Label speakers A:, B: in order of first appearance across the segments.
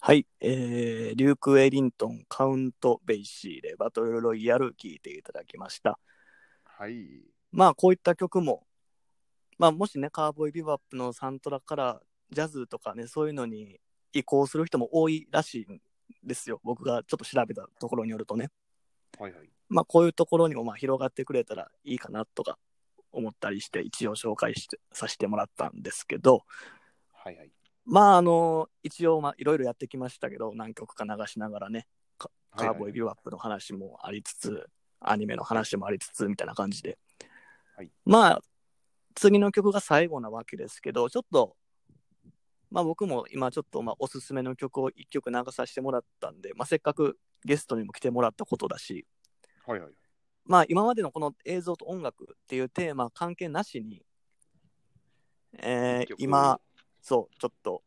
A: はい、えー、リューク・ウェリントン、カウント・ベイシーでバトルロイヤル聴いていただきました。
B: はい。
A: まあこういった曲も、まあもしね、カーボーイビバップのサントラからジャズとかね、そういうのに移行する人も多いらしいんですよ。僕がちょっと調べたところによるとね。
B: はいはい。
A: まあこういうところにもまあ広がってくれたらいいかなとか思ったりして、一応紹介してさせてもらったんですけど、
B: はいはい。
A: まああの、一応まあいろいろやってきましたけど、何曲か流しながらね、カーボーイビューアップの話もありつつ、アニメの話もありつつみたいな感じで、
B: はい
A: まあ次の曲が最後なわけですけどちょっとまあ僕も今ちょっとまあおすすめの曲を1曲流させてもらったんで、まあ、せっかくゲストにも来てもらったことだし
B: はいはい。
A: まあ今までのこの映像と音楽っていうテーマ関係なしに、えー、今、そう、ちょっと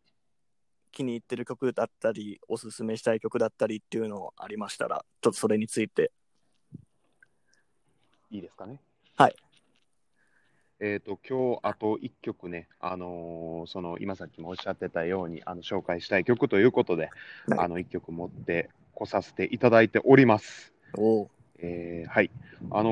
A: 気に入ってる曲だったり、おすすめしたい曲だったりっていうのありましたら、ちょっとそれについて。
B: いいですかね。
A: はい。
B: えっ、と、今日あと1曲ね、あのーその今さっきもおっしゃってたように、あの紹介したい曲ということで、
A: はい
B: あの1曲持ってこさせていただいております。
A: お
B: えーはい。あの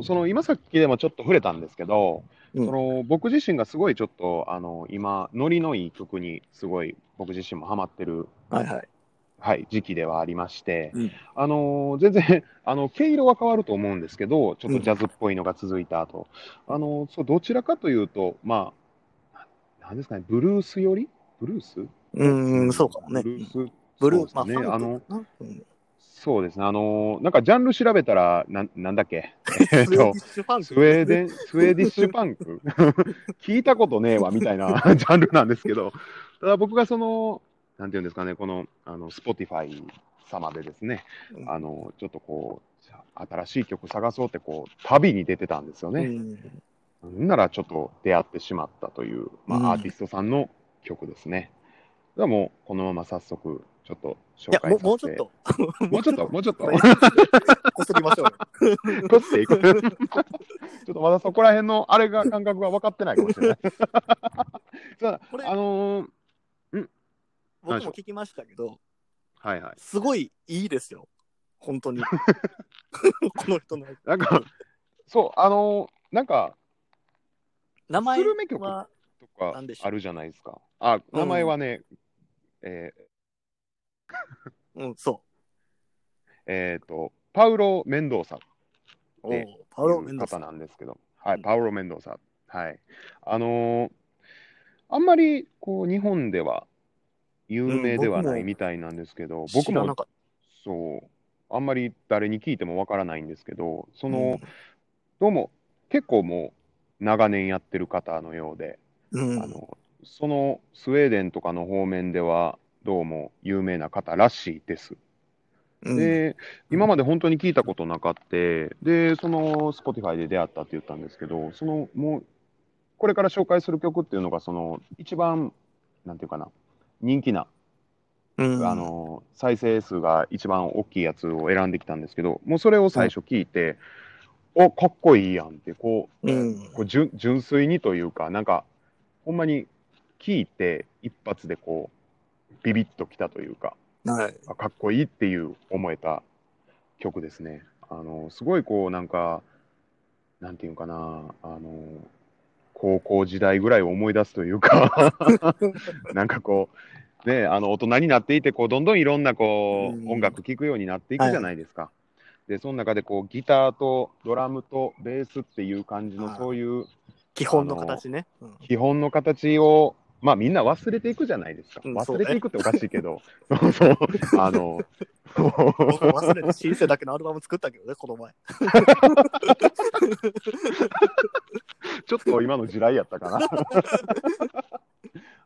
B: ーその今さっきでもちょっと触れたんですけど、
A: うん
B: その僕自身がすごいちょっと、あの今、ノリのいい曲にすごい僕自身もハマってる
A: はいはい。
B: はい、時期ではありまして、
A: うん
B: あのー全然 あの毛色は変わると思うんですけど、ちょっとジャズっぽいのが続いた後、あのーそうどちらかというと、まあ、ななんですかね、ブルースよりブルース
A: うーん、そうかもね。
B: ブルース、
A: ブルー、
B: そうです
A: まあ、フ
B: ね、
A: ァ
B: あ
A: ン
B: の
A: クかな。うん
B: そうですね、あのーなんかジャンル調べたら、なんなんだっ け、
A: スウェ
B: えっ
A: ーディ
B: と
A: ッ、シュファンク。
B: スウェーデン、 スウェーディッシュパンク 聞いたことねえわ、みたいな ジャンルなんですけど、ただ僕がその、なんていうんですかね、この、あの、Spotify 様でですね、
A: うん
B: あの、ちょっとこう、新しい曲探そうって、こう、旅に出てたんですよね。
A: うん
B: ん、なら、ちょっと出会ってしまったという、ま
A: うん
B: あ、アーティストさんの曲ですね。ではもう、このまま早速、ちょっと
A: い
B: 紹
A: や、
B: 介
A: も
B: さ
A: う
B: せて。
A: もうちょっ。と。
B: もうちょっと、もうちょっと。
A: こすりましょうよ。
B: こっていく。ち ょっとまだそこら辺のあれが感覚が分かってないかもしれない。ただ
A: これ
B: あのー
A: 僕も聞きましたけど、
B: はいはい。
A: すごいいいですよ。本 当に。この人の
B: なんか、そう、あのーなんか、
A: 名前
B: スルメ曲
A: は、
B: とか
A: なんでしょう
B: あるじゃないですか。あ、名前はね、えー
A: うん、そ
B: えーと、パウロ・メンドーサ
A: う。お
B: ね
A: うパウロ・メンド
B: 方
A: さん。
B: なんですけど、はい、パウロ・メンドーサ。はい。あのーあんまり、こう、日本では有名ではな
A: うん僕も
B: いみたいなんですけど、
A: 知
B: 僕
A: ら
B: も
A: なかっ
B: そう、あんまり誰に聞いてもわからないんですけど、
A: た。
B: その、どうも結構もう長年やってる方のようで、
A: うん、うん
B: あのそのスウェーデンとかの方面ではどうも有名な方らしいです。
A: うん
B: で、今まで本当に聞いたことなかって、で、その Spotify で出会ったって言ったんですけど、そのもう、これから紹介する曲っていうのが、その一番、なんていうかな、人気な
A: うん、
B: あの再生数が一番大きいやつを選んできたんですけど、もうそれを最初聞いて、おかっこいいやんってこう、
A: うん、
B: こう純純粋にというか、なんか、ほんまに聞いて、一発でこう、ビビッときたというか、
A: はい。
B: あかっこいいっていう思えた曲ですね。あのすごいこう、なんか、なんていうんかな、あの高校時代ぐらいを思い出すとい うか、なんかこう、ね、あの大人になっていてこう、どんどんいろんなこう、
A: うん
B: 音楽聴くようになっていくじゃないですか。で、その中でこうギターとドラムとベースっていう感じ
A: は
B: の、
A: い
B: そういう
A: 基本の形ね。うん
B: 基本の形を、まあ、みんな忘れていくじゃないですか。
A: うん
B: 忘れていくっておかしいけど、 そうそう、あの、
A: 僕忘れてシンセだけのアルバム作ったけどね、この 前。
B: ちょっと今の地雷やった か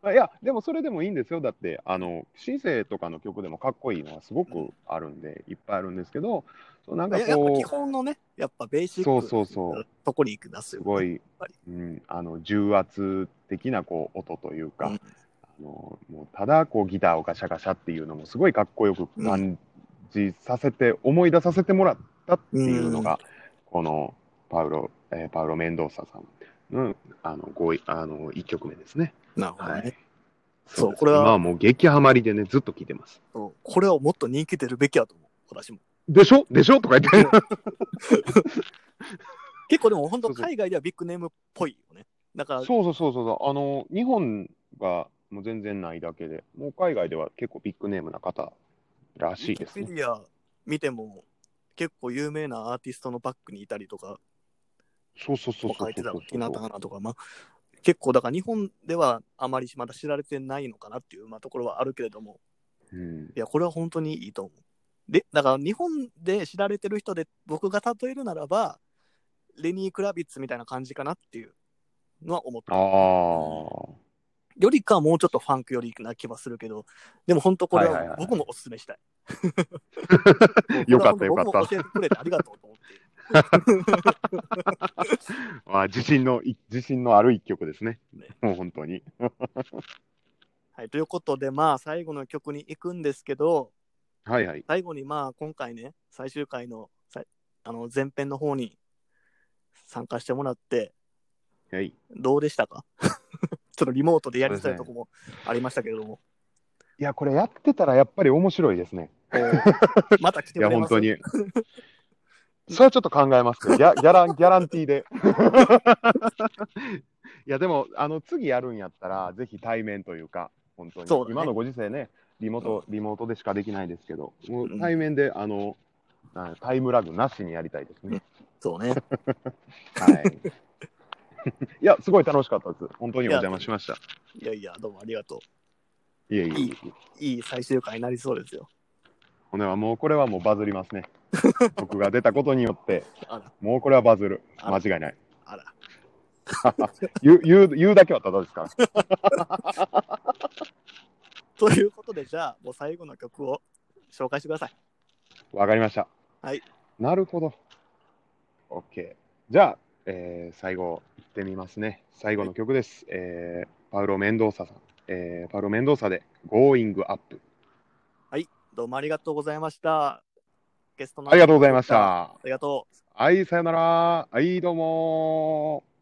B: な。いや、でもそれでもいいんですよ。だって、あの、シンセとかの曲でもかっこいいのはすごくあるんで、いっぱいあるんですけど、そうなんか
A: いややっぱ
B: こ
A: 基本のね、やっぱベーシ
B: う、
A: ック
B: そうそうそう、
A: とこに行く出す
B: す
A: よ。
B: ごい
A: ぱり、
B: うん、あの、重圧的なこう音というか、
A: うん
B: あのもうただこうギターをガシャガシャっていうのもすごいかっこよく感じさせて、思い出させてもらったっていうのが、このパウロ、えーパウロ・メンドーサさんのあのごいあの1曲目ですね。
A: なるほど
B: は
A: ね。
B: い、
A: そう
B: です
A: これは
B: まあもう激ハマりでね、ずっと聞いてます。
A: そうこれをもっと人気出るべきやと思う、私も。
B: でしょでしょとか言って。
A: 結構でも本当
B: そうそう
A: 海外ではビッグネームっぽいよね。だから、
B: そうそうそうそうそう。あの、日本がもう全然ないだけで、もう海外では結構ビッグネームな方らしいです
A: ウィキ
B: ね。
A: ペディア見ても結構有名なアーティストのバックにいたりとか、
B: そうそうそうそ
A: 書
B: う
A: いて
B: そう
A: た
B: そ
A: の
B: う
A: 日向花とか、まあ、結構だから日本ではあまりまだ知られてないのかなっていう、まあ、ところはあるけれども、
B: うん
A: いや、これは本当にいいと思う。で、だから日本で知られてる人で僕が例えるならば、レニー・クラビッツみたいな感じかなっていうのは思った。
B: ああ。
A: よりかはもうちょっとファンクよりな気はするけど、でも本当これ
B: はいはいは
A: はい僕もおすすめしたい。
B: よかったよかった
A: 僕も教えてくれてありがとうと思って。
B: まあ、自信の、い自信のある一曲ですね
A: ね。
B: もう本当に。
A: はい、ということで、まあ、最後の曲に行くんですけど、
B: はいはい。
A: 最後にまあ、今回ね、最終回のさいあの前編の方に参加してもらって、
B: はい。い
A: どうでしたか ちょっとリモートでやりたいとこもありましたけれども、
B: や、これやってたらやっぱり面白いですね。
A: おまた来て
B: い
A: くれ
B: や、
A: ます
B: 本当に。 それはちょっと考えますけど、ギャギャランギャランティ ーで。いや、でも、あの次やるんやったら、ぜひ対面というか、本当に。
A: そうだね
B: 今のご時世ね、リモート、リモートでしかできないですけど、も
A: う
B: うん対面で、あの、なんタイムラグなしにやりたいですね。
A: そうね。
B: はい。 いや、すごい楽しかったです。本当にお邪魔しました。
A: いやいや、どうもありがと
B: いえ
A: い
B: いえい
A: い
B: え。
A: う。いい最終回になりそうですよ。
B: ほんではもうこれはもうバズります ね。僕が出たことによって、
A: あら、
B: もうこれはバズる。
A: あ
B: 間違いない。
A: あら。
B: 言う言う言うだけはただですから。
A: ということで、じゃあ、もう最後の曲を紹介してください。
B: わかりました。
A: はい。
B: なるほど。OK。じゃあ、えー最後、いってみますね。最後の曲です。えーパウロ・メンドーサさん。えーパウロ・メンドーサで、Going Up。
A: どうもありがとうございました。ゲストの
B: ありがとうございまし
A: あ
B: た。
A: りがとう。
B: はい、さよなら。はい、どうもー